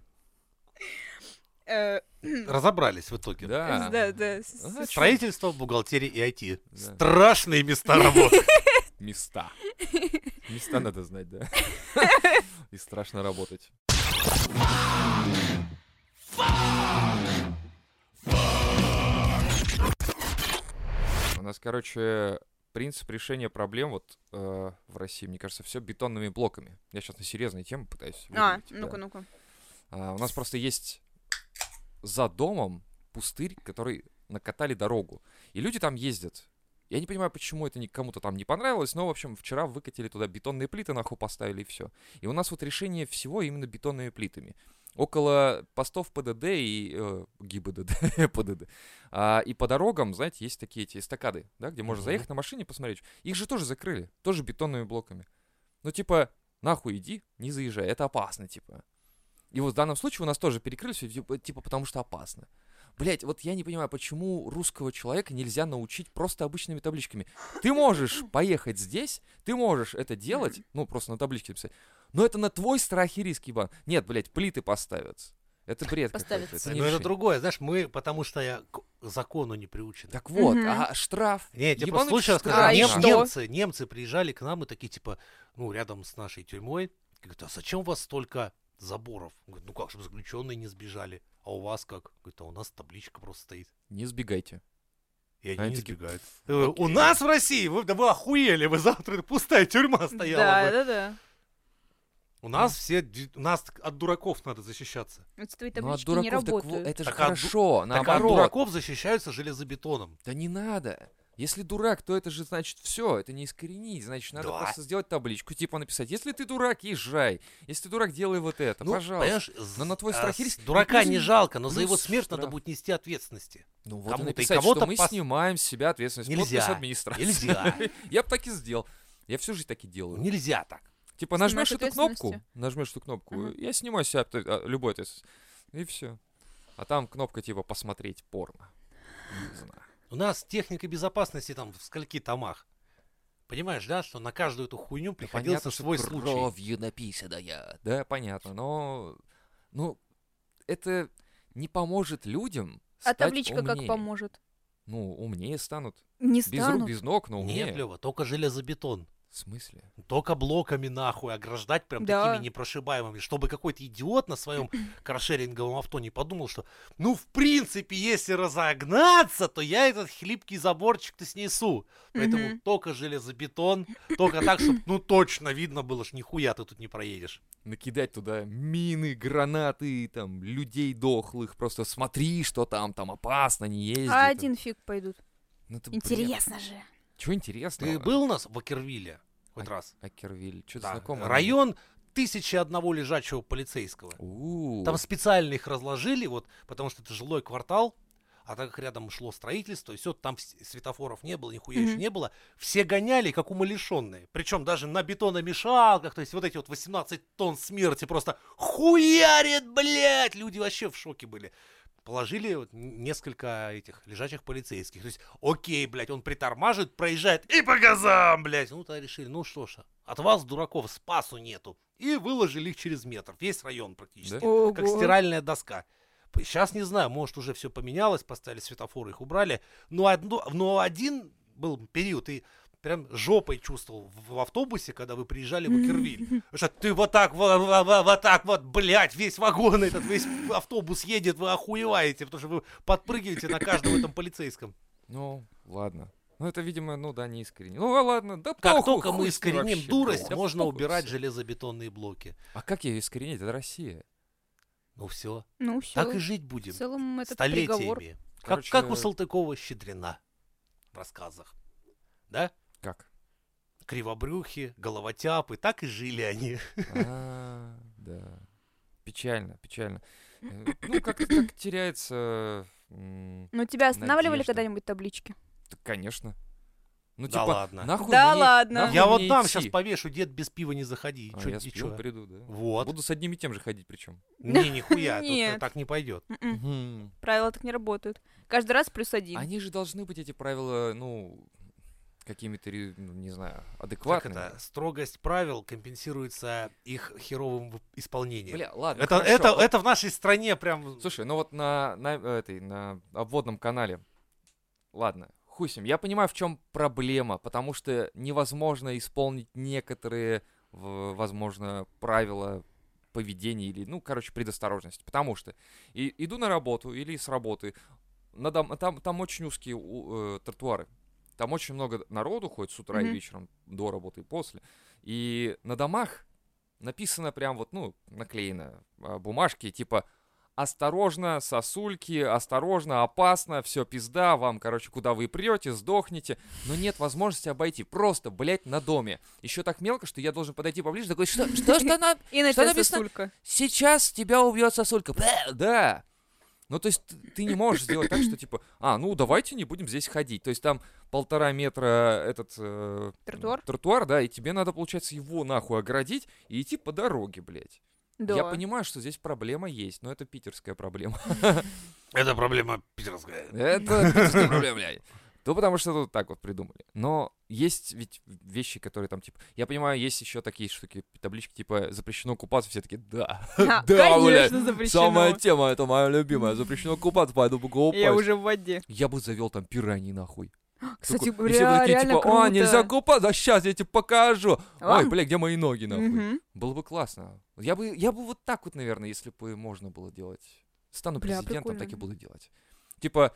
[SPEAKER 2] Э,
[SPEAKER 1] Разобрались в итоге.
[SPEAKER 3] Да.
[SPEAKER 2] Да, да.
[SPEAKER 1] Ну,
[SPEAKER 2] с-
[SPEAKER 3] Ага,
[SPEAKER 2] с-
[SPEAKER 1] Строительство, бухгалтерия и IT.
[SPEAKER 3] Да.
[SPEAKER 1] Страшные места работы.
[SPEAKER 2] <laughs>
[SPEAKER 3] Места. Места надо знать, да. И страшно работать. У нас, короче, принцип решения проблем вот э, в России, мне кажется, все бетонными блоками. Я сейчас на серьезные темы пытаюсь.
[SPEAKER 2] А,
[SPEAKER 3] выдавить, да.
[SPEAKER 2] ну-ка, ну-ка.
[SPEAKER 3] А, у нас просто есть за домом пустырь, который накатали дорогу. И люди там ездят. Я не понимаю, почему это ни- кому-то там не понравилось, но, в общем, вчера выкатили туда бетонные плиты, нахуй поставили и все. И у нас вот решение всего именно бетонными плитами. Около постов ПДД и э, ГИБДД, <laughs> ПДД. А, и по дорогам, знаете, есть такие эти эстакады, да, где можно
[SPEAKER 1] Мгм.
[SPEAKER 3] заехать на машине и посмотреть. Их же тоже закрыли, тоже бетонными блоками. Ну, типа, нахуй иди, не заезжай, это опасно, типа. И вот в данном случае у нас тоже перекрыли все, типа, типа, потому что опасно. Блять, вот я не понимаю, почему русского человека нельзя научить просто обычными табличками. Ты можешь поехать здесь, ты можешь это делать, ну, просто на табличке написать, но это на твой страх и риск, ебан. Нет, блять, плиты поставят. Это бред какой-то,
[SPEAKER 4] Поставятся.
[SPEAKER 3] это не
[SPEAKER 1] Но Ну, это
[SPEAKER 3] решение.
[SPEAKER 1] другое, знаешь, мы, потому что я к закону не приучен.
[SPEAKER 3] Так вот,
[SPEAKER 2] Мгм.
[SPEAKER 3] а штраф?
[SPEAKER 1] Не, я тебе просто
[SPEAKER 3] Ебануть
[SPEAKER 1] случай
[SPEAKER 3] штраф.
[SPEAKER 1] рассказал.
[SPEAKER 2] А, и
[SPEAKER 1] Нем-
[SPEAKER 2] что?
[SPEAKER 1] немцы, немцы приезжали к нам и такие, типа, ну, рядом с нашей тюрьмой. И Говорят, а зачем у вас столько заборов? Он Говорит, ну как, чтобы заключенные не сбежали. А у вас как? Говорит, а у нас табличка просто стоит.
[SPEAKER 3] Не сбегайте.
[SPEAKER 1] И они
[SPEAKER 3] Они
[SPEAKER 1] не
[SPEAKER 3] такие,
[SPEAKER 1] сбегают. Я говорю, У нас в России, вы, да вы охуели, вы завтра пустая тюрьма стояла
[SPEAKER 2] Да,
[SPEAKER 1] бы».
[SPEAKER 2] да, да.
[SPEAKER 1] У нас все, ди- у нас от дураков надо защищаться.
[SPEAKER 4] Вот твои
[SPEAKER 3] Ну, от
[SPEAKER 4] таблички не
[SPEAKER 3] дураков так во-
[SPEAKER 4] работают.
[SPEAKER 3] это же
[SPEAKER 1] Так, а ду- Так
[SPEAKER 3] хорошо,
[SPEAKER 1] а от
[SPEAKER 3] наоборот.
[SPEAKER 1] дураков защищаются железобетоном.
[SPEAKER 3] Да не надо. Если дурак, то это же значит все, это не искоренить, значит надо
[SPEAKER 1] Да.
[SPEAKER 3] просто сделать табличку, типа написать, если ты дурак, езжай, если ты дурак, делай вот это,
[SPEAKER 1] Ну,
[SPEAKER 3] пожалуйста.
[SPEAKER 1] понимаешь, з-
[SPEAKER 3] Но на твой
[SPEAKER 1] а,
[SPEAKER 3] страх и
[SPEAKER 1] с-
[SPEAKER 3] риск. ну,
[SPEAKER 1] Дурака
[SPEAKER 3] Плюс-
[SPEAKER 1] не жалко, но за
[SPEAKER 3] плюс
[SPEAKER 1] его смерть надо
[SPEAKER 3] штраф.
[SPEAKER 1] будет нести ответственности.
[SPEAKER 3] Ну вот и
[SPEAKER 1] кому-то и
[SPEAKER 3] написать,
[SPEAKER 1] кого-то
[SPEAKER 3] что мы
[SPEAKER 1] пос-
[SPEAKER 3] снимаем с себя ответственность,
[SPEAKER 1] Нельзя.
[SPEAKER 3] подпись администрации.
[SPEAKER 1] Нельзя.
[SPEAKER 3] <laughs> Я бы так и сделал. Я всю жизнь так и делаю.
[SPEAKER 1] Нельзя так.
[SPEAKER 3] Типа
[SPEAKER 2] Снимать
[SPEAKER 3] нажмешь эту кнопку,
[SPEAKER 2] ответственности.
[SPEAKER 3] нажмешь эту кнопку,
[SPEAKER 2] Мгм.
[SPEAKER 3] я снимаю с себя ответ- а, любой ответственность. И все. А там кнопка типа посмотреть порно. Не знаю.
[SPEAKER 1] У нас техника безопасности там в скольки томах. Понимаешь, да, что на каждую эту хуйню
[SPEAKER 3] Да
[SPEAKER 1] приходился
[SPEAKER 3] понятно, что
[SPEAKER 1] свой случай.
[SPEAKER 3] кровью написанная. Да, понятно, но... Ну, это не поможет людям
[SPEAKER 4] А
[SPEAKER 3] стать
[SPEAKER 4] табличка как
[SPEAKER 3] умнее.
[SPEAKER 4] поможет?
[SPEAKER 3] Ну, умнее станут.
[SPEAKER 2] Не
[SPEAKER 3] Без рук,
[SPEAKER 2] стану.
[SPEAKER 3] без ног, но умнее.
[SPEAKER 1] Нет, Лева, только железобетон.
[SPEAKER 3] В смысле?
[SPEAKER 1] Только блоками нахуй ограждать прям
[SPEAKER 2] Да.
[SPEAKER 1] такими непрошибаемыми, чтобы какой-то идиот на
[SPEAKER 2] <clears throat>
[SPEAKER 1] своем каршеринговом авто не подумал, что ну, в принципе, если разогнаться, то я этот хлипкий заборчик-то снесу. Поэтому
[SPEAKER 2] Мгм.
[SPEAKER 1] только железобетон, только так, чтобы ну точно видно было, что нихуя ты тут не проедешь.
[SPEAKER 3] Накидать туда мины, гранаты, там, людей дохлых. Просто смотри, что там, там опасно, не езди.
[SPEAKER 4] А
[SPEAKER 3] там.
[SPEAKER 4] один фиг пойдут.
[SPEAKER 3] Ну, это бред.
[SPEAKER 4] Интересно же.
[SPEAKER 3] Чего интересного?
[SPEAKER 1] Ты был у нас в Акервиле хоть
[SPEAKER 3] А-
[SPEAKER 1] раз?
[SPEAKER 3] Акервиль, что-то
[SPEAKER 1] Да,
[SPEAKER 3] знакомое.
[SPEAKER 1] Район тысячи одного лежачего полицейского.
[SPEAKER 3] У,
[SPEAKER 1] Там специально их разложили, вот, потому что это жилой квартал, а так как рядом шло строительство, и все, там с- светофоров не было, нихуя еще
[SPEAKER 2] Мгм.
[SPEAKER 1] не было, все гоняли, как умалишенные. Причем даже на бетономешалках, то есть вот эти вот 18 тонн смерти просто хуярит, блядь! Люди вообще в шоке были. Положили вот н- несколько этих лежачих полицейских. То есть, окей, блядь, он притормаживает, проезжает и по газам, блядь. Ну, то решили, ну что ж, от вас, дураков, спасу нету. И выложили их через метр. Весь район практически. Как
[SPEAKER 2] Ого.
[SPEAKER 1] стиральная доска. Сейчас не знаю, может уже все поменялось, поставили светофоры, их убрали. Но, Ну, одно, но один был период, и прям жопой чувствовал в, в автобусе, когда вы приезжали в Кервиль. Что ты вот так, во- во- во- вот так вот, блядь, весь вагон этот, весь автобус едет, вы охуеваете, потому что вы подпрыгиваете на каждом этом полицейском.
[SPEAKER 3] Ну, ладно. Ну, это, видимо, ну да, не искренне. Ну, а ладно, да
[SPEAKER 1] Как
[SPEAKER 3] похуй,
[SPEAKER 1] только мы
[SPEAKER 3] хуй с ним
[SPEAKER 1] искореним
[SPEAKER 3] вообще,
[SPEAKER 1] дурость,
[SPEAKER 3] да
[SPEAKER 1] можно
[SPEAKER 3] похуй
[SPEAKER 1] убирать
[SPEAKER 3] всё.
[SPEAKER 1] железобетонные блоки.
[SPEAKER 3] А как ее искоренить? Это Россия.
[SPEAKER 1] Ну все,
[SPEAKER 4] Ну все.
[SPEAKER 1] так и жить
[SPEAKER 4] В
[SPEAKER 1] будем.
[SPEAKER 4] целом этот приговор.
[SPEAKER 1] Столетиями. Как,
[SPEAKER 3] Короче,
[SPEAKER 1] как у Салтыкова Щедрина в рассказах. Да?
[SPEAKER 3] Как?
[SPEAKER 1] кривобрюхи, головотяпы, так и жили они.
[SPEAKER 3] А, да. Печально, печально. Э, Ну, как-то так теряется... м,
[SPEAKER 4] Но тебя останавливали
[SPEAKER 2] Ну,
[SPEAKER 3] Надежда.
[SPEAKER 4] когда-нибудь таблички?
[SPEAKER 3] Так, конечно. Ну,
[SPEAKER 1] да
[SPEAKER 3] типа,
[SPEAKER 1] ладно.
[SPEAKER 3] нахуй
[SPEAKER 2] Да
[SPEAKER 3] мне-
[SPEAKER 2] ладно.
[SPEAKER 3] нахуй
[SPEAKER 1] Я вот
[SPEAKER 3] мне
[SPEAKER 1] там
[SPEAKER 3] идти?
[SPEAKER 1] сейчас повешу, дед без пива не заходи.
[SPEAKER 3] А
[SPEAKER 1] Чё-
[SPEAKER 3] я
[SPEAKER 1] и
[SPEAKER 3] с
[SPEAKER 1] чё?
[SPEAKER 3] пивом приду, да.
[SPEAKER 1] Вот.
[SPEAKER 3] Буду с одним и тем же ходить причем.
[SPEAKER 1] <laughs> Не, нихуя, тут э,
[SPEAKER 2] Нет.
[SPEAKER 1] так не пойдет.
[SPEAKER 2] М-м. Правила так не работают. Каждый раз плюс один.
[SPEAKER 3] Они же должны быть, эти правила, ну, какими-то, ре- ну, не знаю,
[SPEAKER 1] Как
[SPEAKER 3] адекватными.
[SPEAKER 1] это? Строгость правил компенсируется их херовым в- исполнением.
[SPEAKER 3] Бля, ладно,
[SPEAKER 1] это,
[SPEAKER 3] хорошо.
[SPEAKER 1] это,
[SPEAKER 3] Вот,
[SPEAKER 1] это в нашей стране прям...
[SPEAKER 3] Слушай, ну вот на, на, этой, на обводном канале, ладно, хуй с ним. Я понимаю, в чем проблема, потому что невозможно исполнить некоторые, в- возможно, правила поведения или, ну, короче, предосторожности. Потому что и, иду на работу или с работы, на дом- там, там очень узкие у- э, тротуары. Там очень много народу ходит с утра и
[SPEAKER 2] Мгм.
[SPEAKER 3] вечером, до работы и после. И на домах написано прям вот, ну, наклеено а, бумажки, типа «Осторожно, сосульки, осторожно, опасно, все пизда, вам, короче, куда вы прете, сдохнете». Но нет возможности обойти, просто, блядь, на доме. Еще так мелко, что я должен подойти поближе, такой «Что, что, что надо?»
[SPEAKER 2] И на
[SPEAKER 3] Что
[SPEAKER 2] тебя
[SPEAKER 3] написано?
[SPEAKER 2] сосулька.
[SPEAKER 3] сейчас тебя убьет сосулька. Бэ, Да. Ну, то есть т- ты не можешь сделать так, что типа, а, ну давайте не будем здесь ходить. То есть там полтора метра этот... э,
[SPEAKER 2] Тротуар?
[SPEAKER 3] Тротуар, да, и тебе надо, получается, его нахуй оградить и идти по дороге, блядь.
[SPEAKER 2] Да.
[SPEAKER 3] Я
[SPEAKER 2] <laughs>
[SPEAKER 3] понимаю, что здесь проблема есть, но это питерская проблема.
[SPEAKER 1] Это проблема питерская.
[SPEAKER 3] Это питерская проблема, блядь. Ну, потому что тут так вот придумали. Но есть ведь вещи, которые там, типа... Я понимаю, есть еще такие штуки, таблички, типа, запрещено купаться, все такие, да,
[SPEAKER 2] Ха,
[SPEAKER 3] Да,
[SPEAKER 2] Конечно, запрещено.
[SPEAKER 3] Самая тема, это моя любимая. Запрещено купаться, пойду покупать.
[SPEAKER 2] Я уже в воде.
[SPEAKER 3] Я бы завел там пираний нахуй.
[SPEAKER 2] Кстати,
[SPEAKER 3] Такой- и
[SPEAKER 2] бля,
[SPEAKER 3] все бы такие,
[SPEAKER 2] реально
[SPEAKER 3] типа,
[SPEAKER 2] круто.
[SPEAKER 3] а, нельзя купаться, а сейчас я тебе покажу.
[SPEAKER 2] А?
[SPEAKER 3] Ой, бля, где мои ноги, нахуй?
[SPEAKER 2] Мгм.
[SPEAKER 3] Было бы классно. Я бы, я бы вот так вот, наверное, если бы можно было делать. Стану
[SPEAKER 2] Бля,
[SPEAKER 3] президентом, так и
[SPEAKER 2] прикольно.
[SPEAKER 3] буду делать. Типа,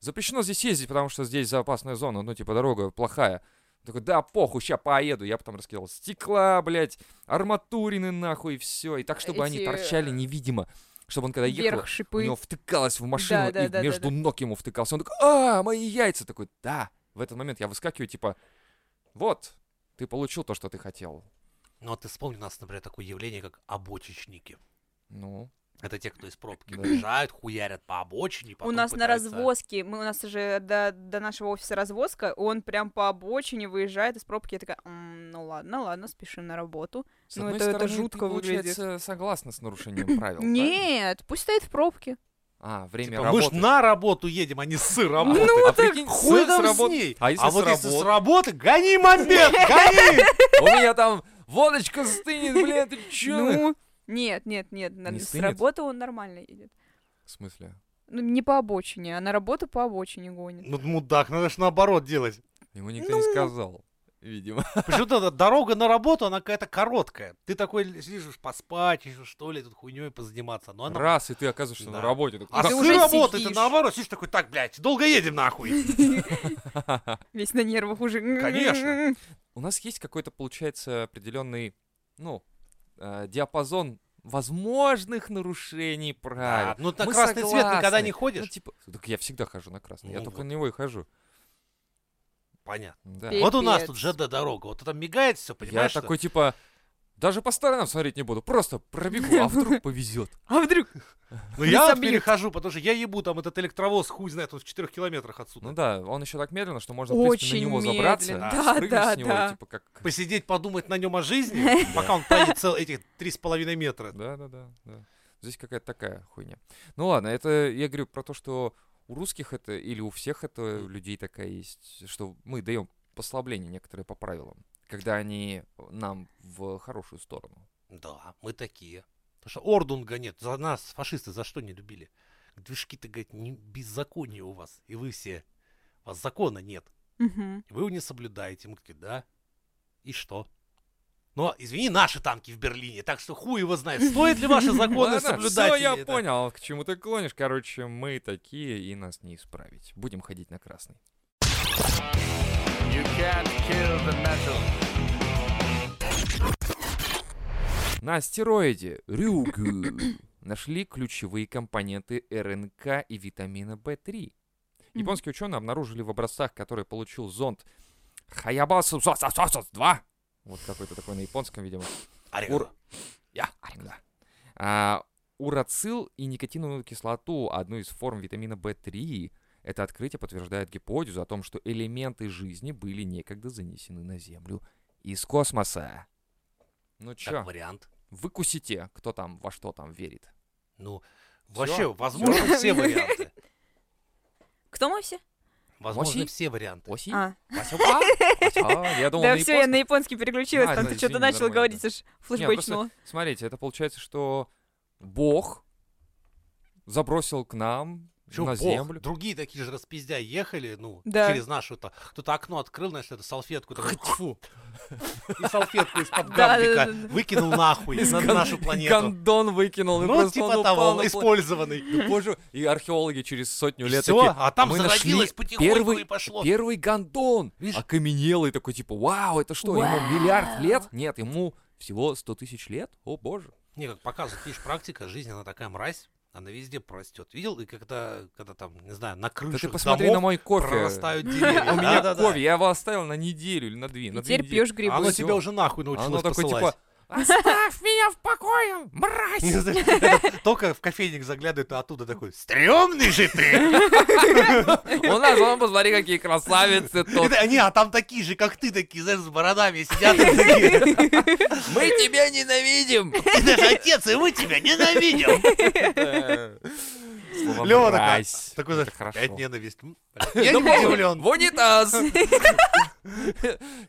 [SPEAKER 3] запрещено здесь ездить, потому что здесь опасная зона, ну, типа, дорога плохая. Такой, да, похуй, ща поеду. Я потом раскидал стекла, блядь, арматурины нахуй, и все. И так, чтобы они
[SPEAKER 2] Эти, э,
[SPEAKER 3] торчали невидимо. Чтобы он когда ехал,
[SPEAKER 2] Вверх
[SPEAKER 3] у
[SPEAKER 2] шипы.
[SPEAKER 3] него втыкалось в машину,
[SPEAKER 2] да,
[SPEAKER 3] и
[SPEAKER 2] да, да,
[SPEAKER 3] между
[SPEAKER 2] да.
[SPEAKER 3] ног ему втыкался. Он такой, а, мои яйца! Такой, да. В этот момент я выскакиваю, типа, вот, ты получил то, что ты хотел.
[SPEAKER 1] Ну вот ты вспомни у нас, например, такое явление, как обочечники.
[SPEAKER 3] Ну,
[SPEAKER 1] Это те, кто из пробки
[SPEAKER 3] Да.
[SPEAKER 1] бежают, хуярят по обочине,
[SPEAKER 2] У
[SPEAKER 1] потом
[SPEAKER 2] нас на
[SPEAKER 1] пытаются-
[SPEAKER 2] развозке, мы, у нас же до, до нашего офиса развозка, он прям по обочине выезжает из пробки. Я такая, «М, ну ладно, ладно, спешим на работу.
[SPEAKER 3] С
[SPEAKER 2] Ну,
[SPEAKER 3] одной
[SPEAKER 2] это- это
[SPEAKER 3] стороны,
[SPEAKER 2] жутко
[SPEAKER 3] ты,
[SPEAKER 2] выглядит.
[SPEAKER 3] получается, согласна с нарушением правил. правильно?
[SPEAKER 2] Нет, пусть стоит в пробке.
[SPEAKER 3] А, время
[SPEAKER 1] Типа, мы ж
[SPEAKER 3] работы.
[SPEAKER 1] на работу едем, а не с работы.
[SPEAKER 3] Ну,
[SPEAKER 1] а
[SPEAKER 3] так
[SPEAKER 1] прикинь,
[SPEAKER 3] хуй
[SPEAKER 1] с
[SPEAKER 3] там с
[SPEAKER 1] работы.
[SPEAKER 3] ней.
[SPEAKER 1] А,
[SPEAKER 3] А если с
[SPEAKER 1] вот если с
[SPEAKER 3] работы?
[SPEAKER 1] работы, гони момент, гони!
[SPEAKER 3] У меня там водочка стынет, блядь, ты чё?
[SPEAKER 2] Ну, нет, нет, нет, на-
[SPEAKER 3] Не
[SPEAKER 2] с
[SPEAKER 3] стынет?
[SPEAKER 2] работы он нормально едет.
[SPEAKER 3] В смысле?
[SPEAKER 2] Ну, не по обочине, а на работу по обочине гонит.
[SPEAKER 1] Ну, мудак, надо же наоборот делать.
[SPEAKER 3] Ему никто не сказал, видимо.
[SPEAKER 1] Почему-то эта дорога на работу, она какая-то короткая. Ты такой лежишь поспать, еще что ли, тут хуйней позаниматься. Но она...
[SPEAKER 3] Раз, и ты оказываешься
[SPEAKER 1] Да.
[SPEAKER 3] на работе. такой,
[SPEAKER 1] А
[SPEAKER 3] «Да
[SPEAKER 2] ты
[SPEAKER 1] с
[SPEAKER 2] уже
[SPEAKER 1] работы ты
[SPEAKER 2] сидишь.
[SPEAKER 1] наоборот, сидишь такой, так, блядь, долго едем нахуй.
[SPEAKER 2] Весь на нервах уже.
[SPEAKER 1] Конечно.
[SPEAKER 3] У нас есть какой-то, получается, определенный, ну, э, диапазон возможных нарушений
[SPEAKER 1] Да,
[SPEAKER 3] правил.
[SPEAKER 1] Ну, на
[SPEAKER 3] Мы
[SPEAKER 1] красный цвет никогда
[SPEAKER 3] согласны.
[SPEAKER 1] не
[SPEAKER 3] Ну,
[SPEAKER 1] ходишь.
[SPEAKER 3] типа, так я всегда хожу на красный, я
[SPEAKER 1] Ну
[SPEAKER 3] только
[SPEAKER 1] вот.
[SPEAKER 3] на него и хожу.
[SPEAKER 1] Понятно.
[SPEAKER 3] Да.
[SPEAKER 2] Пе-
[SPEAKER 1] Вот у нас
[SPEAKER 2] Пипец.
[SPEAKER 1] тут ЖД-дорога, вот там мигает все,
[SPEAKER 3] Я
[SPEAKER 1] понимаешь? что-
[SPEAKER 3] такой, типа, даже по сторонам смотреть не буду, просто пробегу,
[SPEAKER 2] <laughs>
[SPEAKER 3] а вдруг повезет.
[SPEAKER 2] <laughs> А вдруг?
[SPEAKER 1] Ну я вот
[SPEAKER 2] собьют.
[SPEAKER 1] перехожу, потому что я ебу там этот электровоз, хуй знает, он в 4 километрах отсюда.
[SPEAKER 3] Ну да, он еще так медленно, что можно, в принципе, на
[SPEAKER 2] Очень
[SPEAKER 3] него забраться,
[SPEAKER 2] медленно.
[SPEAKER 1] Да,
[SPEAKER 3] спрыгнуть
[SPEAKER 2] да,
[SPEAKER 3] с него, и,
[SPEAKER 2] да.
[SPEAKER 3] типа, как...
[SPEAKER 1] Посидеть, подумать на нем о
[SPEAKER 3] <laughs>
[SPEAKER 1] жизни, пока он тянет цел этих 3,5 метра.
[SPEAKER 3] Да-да-да, да. Здесь какая-то такая хуйня. Ну ладно, это я говорю про то, что у русских это, или у всех это у людей такая есть, что мы даем послабление некоторые по правилам, когда они нам в хорошую сторону.
[SPEAKER 1] Да, мы такие. Потому что Ордунга нет, за нас фашисты за что не любили? Движки-то, говорит, не- беззаконие у вас, и вы все, у вас закона нет,
[SPEAKER 2] Мгм.
[SPEAKER 1] вы его не соблюдаете. Мы такие, да, и что? Но, извини, наши танки в Берлине, так что хуй его знает, стоит ли ваши законы соблюдать.
[SPEAKER 3] все,
[SPEAKER 1] или
[SPEAKER 3] я
[SPEAKER 1] это.
[SPEAKER 3] понял, к чему ты клонишь. Короче, мы такие, и нас не исправить. Будем ходить на красный.
[SPEAKER 5] You can't kill the metal.
[SPEAKER 3] На астероиде Рюгу нашли ключевые компоненты РНК и витамина
[SPEAKER 2] Мгм.
[SPEAKER 3] В3. Японские ученые обнаружили в образцах, которые получил зонд Хаябасу 2 вот какой-то такой на японском, видимо.
[SPEAKER 1] Орел.
[SPEAKER 3] Ур- Я. Да. А, урацил и никотиновую кислоту, одну из форм витамина В3, Это открытие подтверждает гипотезу о том, что элементы жизни были некогда занесены на Землю из космоса. Ну
[SPEAKER 1] Как
[SPEAKER 3] чё,
[SPEAKER 1] вариант.
[SPEAKER 3] выкусите, кто там во что там верит.
[SPEAKER 1] Ну,
[SPEAKER 3] Всё.
[SPEAKER 1] вообще, возможно,
[SPEAKER 3] <laughs>
[SPEAKER 1] все варианты.
[SPEAKER 2] Кто мы все?
[SPEAKER 1] Возможно,
[SPEAKER 3] Оси?
[SPEAKER 1] все варианты.
[SPEAKER 3] Оси?
[SPEAKER 2] А,
[SPEAKER 3] Вася, а? Вася,
[SPEAKER 1] <laughs>
[SPEAKER 3] Я думал,
[SPEAKER 2] да
[SPEAKER 3] на
[SPEAKER 2] все, я
[SPEAKER 3] японском.
[SPEAKER 2] на японский переключилась,
[SPEAKER 3] Да,
[SPEAKER 2] там
[SPEAKER 3] да, ну
[SPEAKER 2] ты что-то
[SPEAKER 3] извини,
[SPEAKER 2] начал
[SPEAKER 3] нормально,
[SPEAKER 2] говорить, аж ну, флешбэчнула.
[SPEAKER 3] Смотрите, это получается, что Бог забросил к нам
[SPEAKER 1] Чё,
[SPEAKER 3] на
[SPEAKER 1] бог,
[SPEAKER 3] землю.
[SPEAKER 1] Другие такие же распиздя ехали, ну,
[SPEAKER 2] Да.
[SPEAKER 1] через нашу-то. Кто-то окно открыл, знаешь, эту салфетку. такой,
[SPEAKER 3] <laughs>
[SPEAKER 1] Фу. И салфетку из-под
[SPEAKER 2] Да, да,
[SPEAKER 1] гамбика
[SPEAKER 2] да, да.
[SPEAKER 1] выкинул нахуй на
[SPEAKER 3] Гон-
[SPEAKER 1] нашу планету.
[SPEAKER 3] Гондон выкинул. и
[SPEAKER 1] Ну,
[SPEAKER 3] просто
[SPEAKER 1] типа
[SPEAKER 3] он упал
[SPEAKER 1] того,
[SPEAKER 3] на пла-
[SPEAKER 1] использованный.
[SPEAKER 3] Да боже, и археологи через сотню лет
[SPEAKER 1] Все,
[SPEAKER 3] такие,
[SPEAKER 1] а там
[SPEAKER 3] мы нашли
[SPEAKER 1] зародилось потихоньку
[SPEAKER 3] первый-
[SPEAKER 1] и пошло.
[SPEAKER 3] первый гондон,
[SPEAKER 1] Видишь?
[SPEAKER 3] окаменелый такой, типа, вау, это что,
[SPEAKER 4] Вау.
[SPEAKER 3] ему миллиард лет? Нет, ему всего 100 тысяч лет? О боже.
[SPEAKER 1] Не, как показывает, видишь, практика, жизнь, она такая мразь, она везде простет. Видел, и когда, когда там, не знаю, на
[SPEAKER 3] Да ты
[SPEAKER 1] крышах
[SPEAKER 3] посмотри на
[SPEAKER 1] домов
[SPEAKER 3] мой кофе.
[SPEAKER 1] прорастают деревья.
[SPEAKER 3] <laughs> У меня
[SPEAKER 1] Да-да-да.
[SPEAKER 3] кофе, я его оставил на неделю или на две.
[SPEAKER 2] И
[SPEAKER 3] на две
[SPEAKER 2] теперь
[SPEAKER 3] недели.
[SPEAKER 2] пьешь грибы.
[SPEAKER 1] Оно
[SPEAKER 3] <laughs> Всё.
[SPEAKER 1] тебя уже нахуй научилось
[SPEAKER 3] Оно такое,
[SPEAKER 1] посылать.
[SPEAKER 3] типа, оставь меня в покое, мразь.
[SPEAKER 1] Не знаю, это Только в кофейник заглядывает, а оттуда такой, стрёмный же ты!
[SPEAKER 3] У нас, вон, посмотри, какие красавицы
[SPEAKER 1] <laughs> И
[SPEAKER 3] тут.
[SPEAKER 1] ты- Не, а там такие же, как ты, такие, знаешь, с бородами сидят. и такие,
[SPEAKER 3] Мы тебя ненавидим.
[SPEAKER 1] Ты наш отец, и мы тебя ненавидим!
[SPEAKER 3] Слово
[SPEAKER 1] Лёва такой,
[SPEAKER 3] «мразь».
[SPEAKER 1] такой,
[SPEAKER 3] Это
[SPEAKER 1] знаешь,
[SPEAKER 3] хорошо.
[SPEAKER 1] опять ненависть.
[SPEAKER 3] <laughs>
[SPEAKER 1] М, Я не
[SPEAKER 3] Да вот,
[SPEAKER 1] удивлен.
[SPEAKER 3] В
[SPEAKER 1] <laughs>
[SPEAKER 3] унитаз.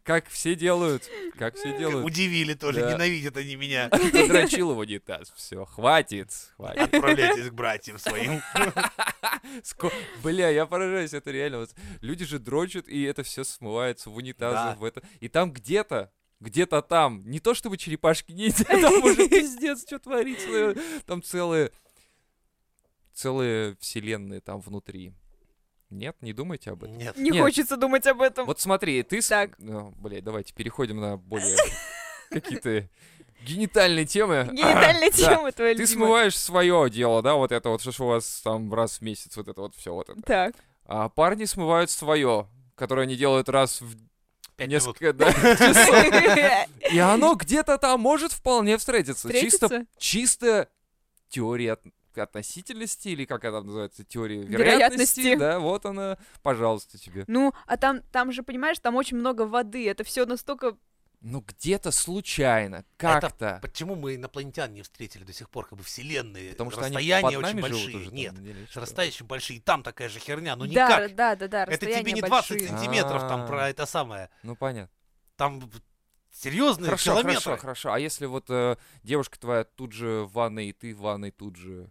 [SPEAKER 3] Как все делают. Как все <laughs> делают.
[SPEAKER 1] Удивили тоже,
[SPEAKER 3] Да.
[SPEAKER 1] ненавидят они
[SPEAKER 3] <laughs>
[SPEAKER 1] меня.
[SPEAKER 3] Подрочил в унитаз. Все, хватит. Хватит.
[SPEAKER 1] Отправляйтесь к братьям
[SPEAKER 3] Ну,
[SPEAKER 1] своим.
[SPEAKER 3] Ско- Бля, я поражаюсь, это реально. вот люди же дрочат, и это все смывается в унитазы,
[SPEAKER 1] Да.
[SPEAKER 3] в это. И там где-то, где-то там, не то чтобы черепашки ниндзя, <laughs>
[SPEAKER 1] <laughs>
[SPEAKER 3] там уже пиздец, что творится. наверное. Там целые, целые вселенные там внутри. Нет, не думайте об этом.
[SPEAKER 1] Нет.
[SPEAKER 2] <laughs> Не
[SPEAKER 3] Нет.
[SPEAKER 2] хочется думать об
[SPEAKER 3] <laughs>
[SPEAKER 2] этом.
[SPEAKER 3] Вот смотри, ты... с-
[SPEAKER 2] Так.
[SPEAKER 3] Ну, блядь, давайте переходим на более <laughs> какие-то генитальные <laughs> темы.
[SPEAKER 2] Генитальная
[SPEAKER 3] Да.
[SPEAKER 2] тема твоя
[SPEAKER 3] Ты
[SPEAKER 2] любимая.
[SPEAKER 3] смываешь свое дело, да, вот это вот, что ж у вас там раз в месяц, вот это вот все вот это. <laughs>
[SPEAKER 2] Так.
[SPEAKER 3] А парни смывают свое, которое они делают раз в
[SPEAKER 1] Пять минут.
[SPEAKER 3] несколько да,
[SPEAKER 2] <laughs>
[SPEAKER 3] часов. И оно где-то там может вполне встретиться. Чисто,
[SPEAKER 2] Встретиться?
[SPEAKER 3] чисто теория от- относительности, или как она там называется, теория
[SPEAKER 2] Вероятности.
[SPEAKER 3] вероятности. Да, вот она, пожалуйста, тебе.
[SPEAKER 2] Ну, а там, там же, понимаешь, там очень много воды. Это все настолько...
[SPEAKER 3] Ну где-то случайно, как-то.
[SPEAKER 1] А Почему мы инопланетян не встретили до сих пор, как бы вселенные?
[SPEAKER 3] Потому что они
[SPEAKER 1] расстояния
[SPEAKER 3] под
[SPEAKER 1] очень
[SPEAKER 3] нами
[SPEAKER 1] большие.
[SPEAKER 3] живут уже. там,
[SPEAKER 1] Нет,
[SPEAKER 3] или что?
[SPEAKER 1] расстоящие большие, и там такая же херня, ну
[SPEAKER 2] да,
[SPEAKER 1] никак.
[SPEAKER 2] да, да, да,
[SPEAKER 1] это тебе
[SPEAKER 2] расстояния
[SPEAKER 1] не 20 <laughs>
[SPEAKER 2] большие.
[SPEAKER 1] сантиметров там про
[SPEAKER 3] А.
[SPEAKER 1] это самое.
[SPEAKER 3] Ну понятно.
[SPEAKER 1] Там серьезные
[SPEAKER 3] Хорошо,
[SPEAKER 1] Ну, километры.
[SPEAKER 3] хорошо, хорошо. А если вот э, девушка твоя тут же в ванной, и ты в ванной тут же...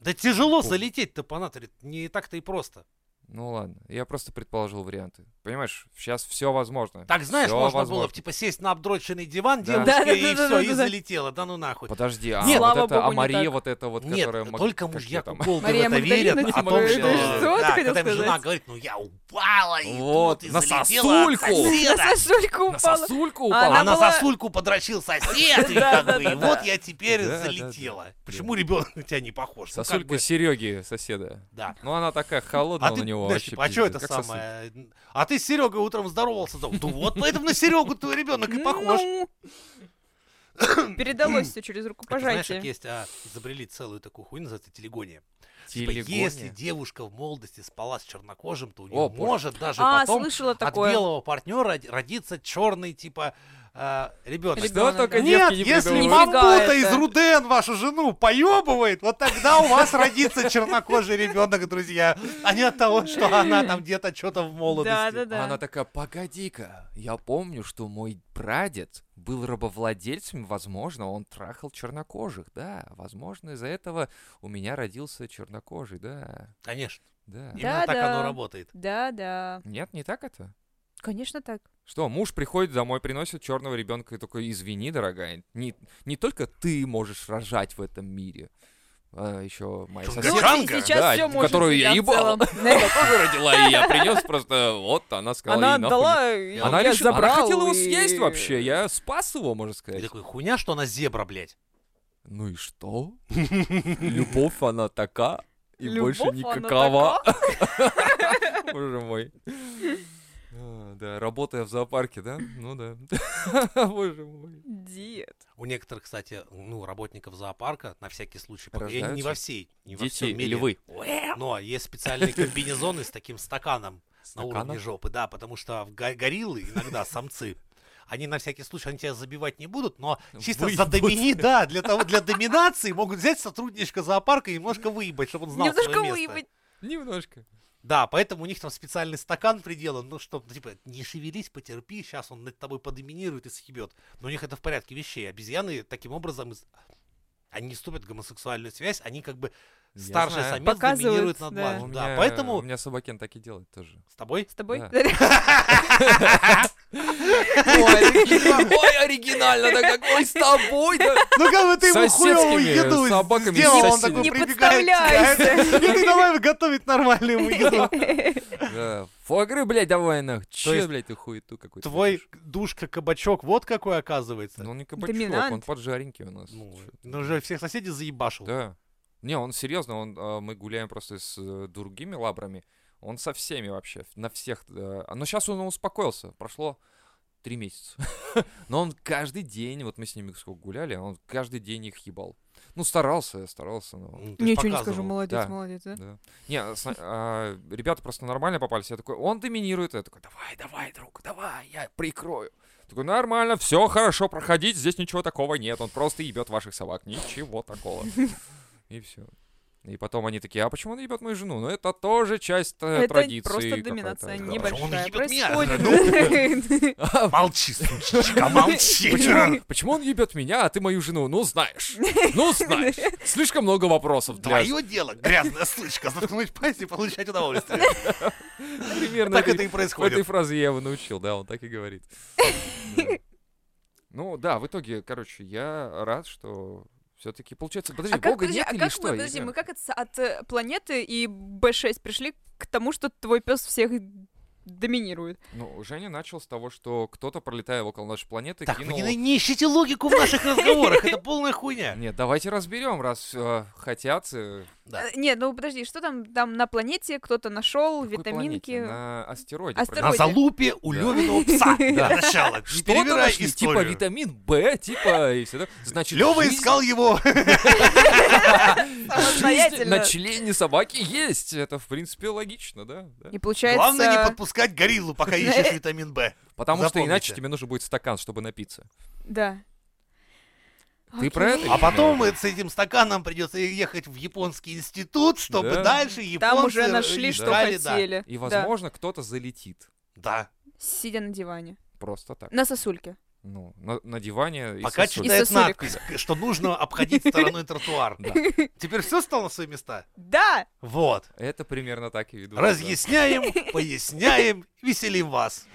[SPEAKER 1] Да тяжело
[SPEAKER 3] Пу.
[SPEAKER 1] залететь-то по натуре, не так-то и просто.
[SPEAKER 3] Ну ладно, я просто предположил варианты. Понимаешь, сейчас все возможно.
[SPEAKER 1] Так знаешь,
[SPEAKER 3] Всё
[SPEAKER 1] можно было
[SPEAKER 3] возможно.
[SPEAKER 1] бы, типа сесть на обдроченный диван
[SPEAKER 3] Да.
[SPEAKER 1] девушке,
[SPEAKER 2] Да-да-да-да-да-да.
[SPEAKER 1] и все, и залетело. Да ну нахуй.
[SPEAKER 3] Подожди, а
[SPEAKER 2] Нет,
[SPEAKER 3] вот
[SPEAKER 2] слава
[SPEAKER 3] это,
[SPEAKER 2] богу,
[SPEAKER 3] а
[SPEAKER 2] не
[SPEAKER 3] Мария
[SPEAKER 2] так.
[SPEAKER 3] вот это вот,
[SPEAKER 1] Нет,
[SPEAKER 3] которая... маг-
[SPEAKER 1] только
[SPEAKER 3] как её
[SPEAKER 1] мужья
[SPEAKER 3] там?
[SPEAKER 1] Голды в
[SPEAKER 2] Мария
[SPEAKER 1] это
[SPEAKER 2] Магдалина,
[SPEAKER 1] верят,
[SPEAKER 2] типа,
[SPEAKER 1] о том,
[SPEAKER 2] ты
[SPEAKER 1] что,
[SPEAKER 2] что, ты
[SPEAKER 1] да,
[SPEAKER 2] хотел
[SPEAKER 1] когда им жена
[SPEAKER 2] сказать?
[SPEAKER 1] говорит, ну я упала, и
[SPEAKER 3] Вот,
[SPEAKER 1] вот, и
[SPEAKER 3] на
[SPEAKER 1] залетела от
[SPEAKER 3] сосульку.
[SPEAKER 1] соседа.
[SPEAKER 2] На сосульку
[SPEAKER 3] На
[SPEAKER 2] упала.
[SPEAKER 3] сосульку
[SPEAKER 2] А
[SPEAKER 3] упала?
[SPEAKER 1] А на
[SPEAKER 2] была-
[SPEAKER 1] сосульку подрочил сосед, и
[SPEAKER 2] Да,
[SPEAKER 1] как
[SPEAKER 2] да,
[SPEAKER 1] бы,
[SPEAKER 2] да,
[SPEAKER 1] и
[SPEAKER 2] да.
[SPEAKER 1] вот я теперь
[SPEAKER 3] Да, да,
[SPEAKER 1] залетела.
[SPEAKER 3] да.
[SPEAKER 1] Почему ребенок на тебя не похож? Ну, как
[SPEAKER 3] Сосулька
[SPEAKER 1] бы,
[SPEAKER 3] Сереги, соседа.
[SPEAKER 1] Да.
[SPEAKER 3] Ну она такая холодная
[SPEAKER 1] А ты,
[SPEAKER 3] у него
[SPEAKER 1] знаешь,
[SPEAKER 3] вообще.
[SPEAKER 1] типа, а что это
[SPEAKER 3] пиздец, как сосулька.
[SPEAKER 1] самое? А ты с Серегой утром здоровался дома. Ну вот, поэтому на Серегу твой ребенок и похож.
[SPEAKER 2] Ну.
[SPEAKER 1] <coughs>
[SPEAKER 2] Передалось все через
[SPEAKER 1] Это, знаешь, как
[SPEAKER 2] рукопожатие.
[SPEAKER 1] есть, а, изобрели целую такую хуйню, называется телегония. Типа,
[SPEAKER 3] Телегония.
[SPEAKER 1] если девушка в молодости спала с чернокожим, то у нее
[SPEAKER 3] О, боже.
[SPEAKER 1] может даже
[SPEAKER 2] А,
[SPEAKER 1] потом
[SPEAKER 2] слышала
[SPEAKER 1] от
[SPEAKER 2] такое.
[SPEAKER 1] белого партнера родится черный, типа, ребенок.
[SPEAKER 3] Что
[SPEAKER 2] Ребёнок, да.
[SPEAKER 3] только девки
[SPEAKER 1] Нет,
[SPEAKER 3] не
[SPEAKER 1] если
[SPEAKER 3] придумывают.
[SPEAKER 2] мам-
[SPEAKER 1] мамута
[SPEAKER 2] Нифига
[SPEAKER 1] из
[SPEAKER 2] это.
[SPEAKER 1] Руден вашу жену поебывает, вот тогда у вас
[SPEAKER 3] <laughs>
[SPEAKER 1] родится чернокожий ребенок, друзья, а не от того, что она там где-то что-то в молодости.
[SPEAKER 2] Да, да,
[SPEAKER 3] А Она
[SPEAKER 2] да.
[SPEAKER 3] такая, погоди-ка, я помню, что мой прадед был рабовладельцем, возможно, он трахал чернокожих, да, возможно, из-за этого у меня родился чернокожий, да,
[SPEAKER 1] Конечно,
[SPEAKER 3] да.
[SPEAKER 1] именно так
[SPEAKER 2] Да-да.
[SPEAKER 1] оно работает.
[SPEAKER 2] Да, да.
[SPEAKER 3] Нет, не так это?
[SPEAKER 4] Конечно так.
[SPEAKER 3] Что, муж приходит домой, приносит черного ребенка и такой, извини, дорогая, не, не только ты можешь рожать в этом мире, а еще моя
[SPEAKER 1] Чё,
[SPEAKER 2] Ну,
[SPEAKER 3] соседка,
[SPEAKER 1] Соседка,
[SPEAKER 2] и сейчас
[SPEAKER 3] да,
[SPEAKER 2] все
[SPEAKER 3] в
[SPEAKER 2] можно.
[SPEAKER 3] которую я
[SPEAKER 2] всегда в
[SPEAKER 3] ебал. <laughs>
[SPEAKER 2] целом.
[SPEAKER 3] она тоже родила, и я принес просто, вот, она сказала,
[SPEAKER 2] Она
[SPEAKER 3] «И нахуй мне».
[SPEAKER 2] отдала, и
[SPEAKER 3] Она,
[SPEAKER 2] я
[SPEAKER 3] решила- она
[SPEAKER 2] забрал,
[SPEAKER 3] хотела его
[SPEAKER 2] и-
[SPEAKER 3] съесть вообще, я спас его, можно
[SPEAKER 1] И
[SPEAKER 3] сказать.
[SPEAKER 1] такой, хуйня, что она зебра, блядь.
[SPEAKER 3] Ну и <laughs> что? Любовь она така, и больше
[SPEAKER 2] Любовь, она
[SPEAKER 3] <laughs> никакова. Боже мой. А, Да, работая в зоопарке, да? Ну да. <laughs> Боже мой.
[SPEAKER 2] Дед.
[SPEAKER 1] У некоторых, кстати, ну, работников зоопарка, на всякий случай, пока- я не
[SPEAKER 3] Рождаются
[SPEAKER 1] во всей, не во
[SPEAKER 3] Дети
[SPEAKER 1] всем мире.
[SPEAKER 3] львы.
[SPEAKER 1] Но есть специальные комбинезоны с таким стаканом на уровне
[SPEAKER 3] Стаканов?
[SPEAKER 1] жопы, да, потому что в го- гориллы иногда самцы, они на всякий случай, они тебя забивать не будут, но чисто за
[SPEAKER 3] Выебут.
[SPEAKER 1] домини, да, для того, для доминации могут взять сотрудничка зоопарка и немножко выебать, чтобы он знал своё
[SPEAKER 2] Немножко
[SPEAKER 1] место.
[SPEAKER 2] выебать.
[SPEAKER 3] Немножко.
[SPEAKER 1] Да, поэтому у них там специальный стакан приделан, ну, чтобы, типа, не шевелись, потерпи, сейчас он над тобой подоминирует и съебет. Но у них это в порядке вещей. Обезьяны таким образом, из- они не вступят в гомосексуальную связь, они как бы
[SPEAKER 3] Я
[SPEAKER 1] старший
[SPEAKER 3] знаю.
[SPEAKER 1] самец
[SPEAKER 2] Показывают,
[SPEAKER 1] доминирует над
[SPEAKER 2] да.
[SPEAKER 3] У
[SPEAKER 1] младшим. Да,
[SPEAKER 3] меня- У
[SPEAKER 1] поэтому
[SPEAKER 3] меня собакен так и делает
[SPEAKER 1] <laughs>
[SPEAKER 3] тоже.
[SPEAKER 1] с тобой
[SPEAKER 2] С тобой? <laughs>
[SPEAKER 3] Да.
[SPEAKER 1] <laughs>
[SPEAKER 2] Ой,
[SPEAKER 3] оригинально, да как, ой, с тобой, да.
[SPEAKER 1] Ну как бы ты ему
[SPEAKER 3] Соседскими
[SPEAKER 1] хуевую еду
[SPEAKER 3] собаками
[SPEAKER 1] сделал, он
[SPEAKER 3] соседями.
[SPEAKER 1] такой
[SPEAKER 2] Не
[SPEAKER 1] прибегает к тебе, <laughs>
[SPEAKER 2] подставляйся.
[SPEAKER 1] И ты давай готовить нормальную
[SPEAKER 2] <laughs>
[SPEAKER 3] Ну,
[SPEAKER 1] ему еду.
[SPEAKER 3] Да, Фуагры, блядь, давай нах. Че,
[SPEAKER 1] есть
[SPEAKER 3] блядь, ты хуету какую-то.
[SPEAKER 1] Твой
[SPEAKER 3] несешь?
[SPEAKER 1] душка-кабачок вот какой оказывается.
[SPEAKER 3] Ну,
[SPEAKER 1] Ну,
[SPEAKER 3] он не кабачок, он
[SPEAKER 2] Доминант.
[SPEAKER 3] поджаренький у нас. Чё ты,
[SPEAKER 1] ну, уже всех соседей заебашил.
[SPEAKER 3] Да. Не, он серьезно, он, а, мы гуляем просто с э, другими лабрами. Он со всеми вообще, на всех. э, а, но сейчас он успокоился. Прошло три месяца. <laughs> но он каждый день, вот мы с ними сколько гуляли, он каждый день их ебал. Ну, старался, старался, но...
[SPEAKER 1] Ну, ты ж
[SPEAKER 2] Ничего не скажу,
[SPEAKER 1] показывал.
[SPEAKER 2] молодец,
[SPEAKER 3] Да.
[SPEAKER 2] молодец, да?
[SPEAKER 3] Да. Не, а сна- а, ребята просто нормально попались. Я такой, он доминирует. Я такой, давай, давай, друг, давай, я прикрою. Такой, нормально, все хорошо, проходите, здесь ничего такого нет. Он просто ебет ваших собак.
[SPEAKER 2] <laughs>
[SPEAKER 3] Ничего такого. И все. И потом они такие, а почему он ебет мою жену? Ну, это тоже часть э,
[SPEAKER 2] Это
[SPEAKER 3] традиции.
[SPEAKER 2] просто
[SPEAKER 3] какой-то. Ну,
[SPEAKER 2] доминация
[SPEAKER 3] Да.
[SPEAKER 1] Он
[SPEAKER 2] небольшая.
[SPEAKER 1] ебет меня.
[SPEAKER 2] <laughs> Происходит.
[SPEAKER 3] А
[SPEAKER 1] Молчи, сучечка, молчи.
[SPEAKER 3] <laughs> Почему, почему он ебет меня, а ты мою жену? Ну,
[SPEAKER 2] <laughs>
[SPEAKER 3] знаешь. Ну, знаешь. Слишком много вопросов для...
[SPEAKER 1] Твое дело, грязная сучка, заткнуть пасть и получать удовольствие.
[SPEAKER 3] Примерно
[SPEAKER 1] Так это
[SPEAKER 3] Ну, это-
[SPEAKER 1] и
[SPEAKER 3] В этой
[SPEAKER 1] происходит.
[SPEAKER 3] фразе я его научил, да, он так и говорит. <laughs> Да. Ну да, в итоге, короче, я рад, что все-таки получается. Подожди,
[SPEAKER 2] А как,
[SPEAKER 3] Бога
[SPEAKER 2] подожди,
[SPEAKER 3] нет
[SPEAKER 2] а
[SPEAKER 3] или
[SPEAKER 2] как
[SPEAKER 3] что?
[SPEAKER 2] мы,
[SPEAKER 3] Я не
[SPEAKER 2] подожди, мы
[SPEAKER 3] понимаю.
[SPEAKER 2] как от, с- от э, планеты и Б6 пришли к тому, что твой пес всех доминирует?
[SPEAKER 3] Ну, Женя начал с того, что кто-то, пролетая около нашей планеты,
[SPEAKER 1] Так, вы
[SPEAKER 3] кинул...
[SPEAKER 1] не, не ищите логику в наших разговорах, это полная хуйня.
[SPEAKER 3] Нет, давайте разберем, раз э, хотят. э,
[SPEAKER 1] Да.
[SPEAKER 2] Э, Нет, ну подожди, что там там на планете кто-то нашел
[SPEAKER 3] какой
[SPEAKER 2] витаминки?
[SPEAKER 3] планете? На
[SPEAKER 2] Астероид.
[SPEAKER 3] астероиде.
[SPEAKER 1] На
[SPEAKER 3] пролетел.
[SPEAKER 2] Вроде.
[SPEAKER 1] залупе у
[SPEAKER 3] Да. <laughs>
[SPEAKER 1] Левиного пса.
[SPEAKER 3] Да.
[SPEAKER 1] Для начала. Не
[SPEAKER 3] А Что-то
[SPEAKER 1] перевирай
[SPEAKER 3] нашли, типа
[SPEAKER 1] историю.
[SPEAKER 3] витамин Б, типа и все. Значит,
[SPEAKER 1] Лева
[SPEAKER 3] жизнь-
[SPEAKER 1] искал его.
[SPEAKER 3] жизнь
[SPEAKER 2] <laughs> Самостоятельно.
[SPEAKER 3] на <laughs> члене собаки есть. Это, в принципе, логично, да. да.
[SPEAKER 2] И получается...
[SPEAKER 1] Главное не подпускать гориллу, пока
[SPEAKER 3] <laughs>
[SPEAKER 1] ищешь витамин Б.
[SPEAKER 3] Потому что
[SPEAKER 1] Запомните.
[SPEAKER 3] иначе тебе нужен будет стакан, чтобы напиться.
[SPEAKER 2] Да.
[SPEAKER 3] Ты про это?
[SPEAKER 1] А потом э, с этим стаканом придется ехать в японский институт, чтобы
[SPEAKER 3] Да.
[SPEAKER 1] дальше японцы
[SPEAKER 2] Там уже нашли,
[SPEAKER 1] э,
[SPEAKER 2] что
[SPEAKER 1] искали, да.
[SPEAKER 2] хотели.
[SPEAKER 3] И,
[SPEAKER 2] Да.
[SPEAKER 3] возможно, кто-то залетит.
[SPEAKER 1] Да.
[SPEAKER 2] Сидя на диване.
[SPEAKER 3] Просто так.
[SPEAKER 2] На сосульке.
[SPEAKER 3] Ну, на, на диване и
[SPEAKER 1] Пока
[SPEAKER 3] сосуд.
[SPEAKER 2] И
[SPEAKER 1] читает
[SPEAKER 2] сосулек.
[SPEAKER 1] надпись, к- <laughs> что нужно обходить стороной тротуар.
[SPEAKER 3] Да.
[SPEAKER 1] Теперь все стало на свои места?
[SPEAKER 2] Да!
[SPEAKER 1] Вот.
[SPEAKER 3] Это примерно так и ведут. да.
[SPEAKER 1] Разъясняем, поясняем, веселим вас.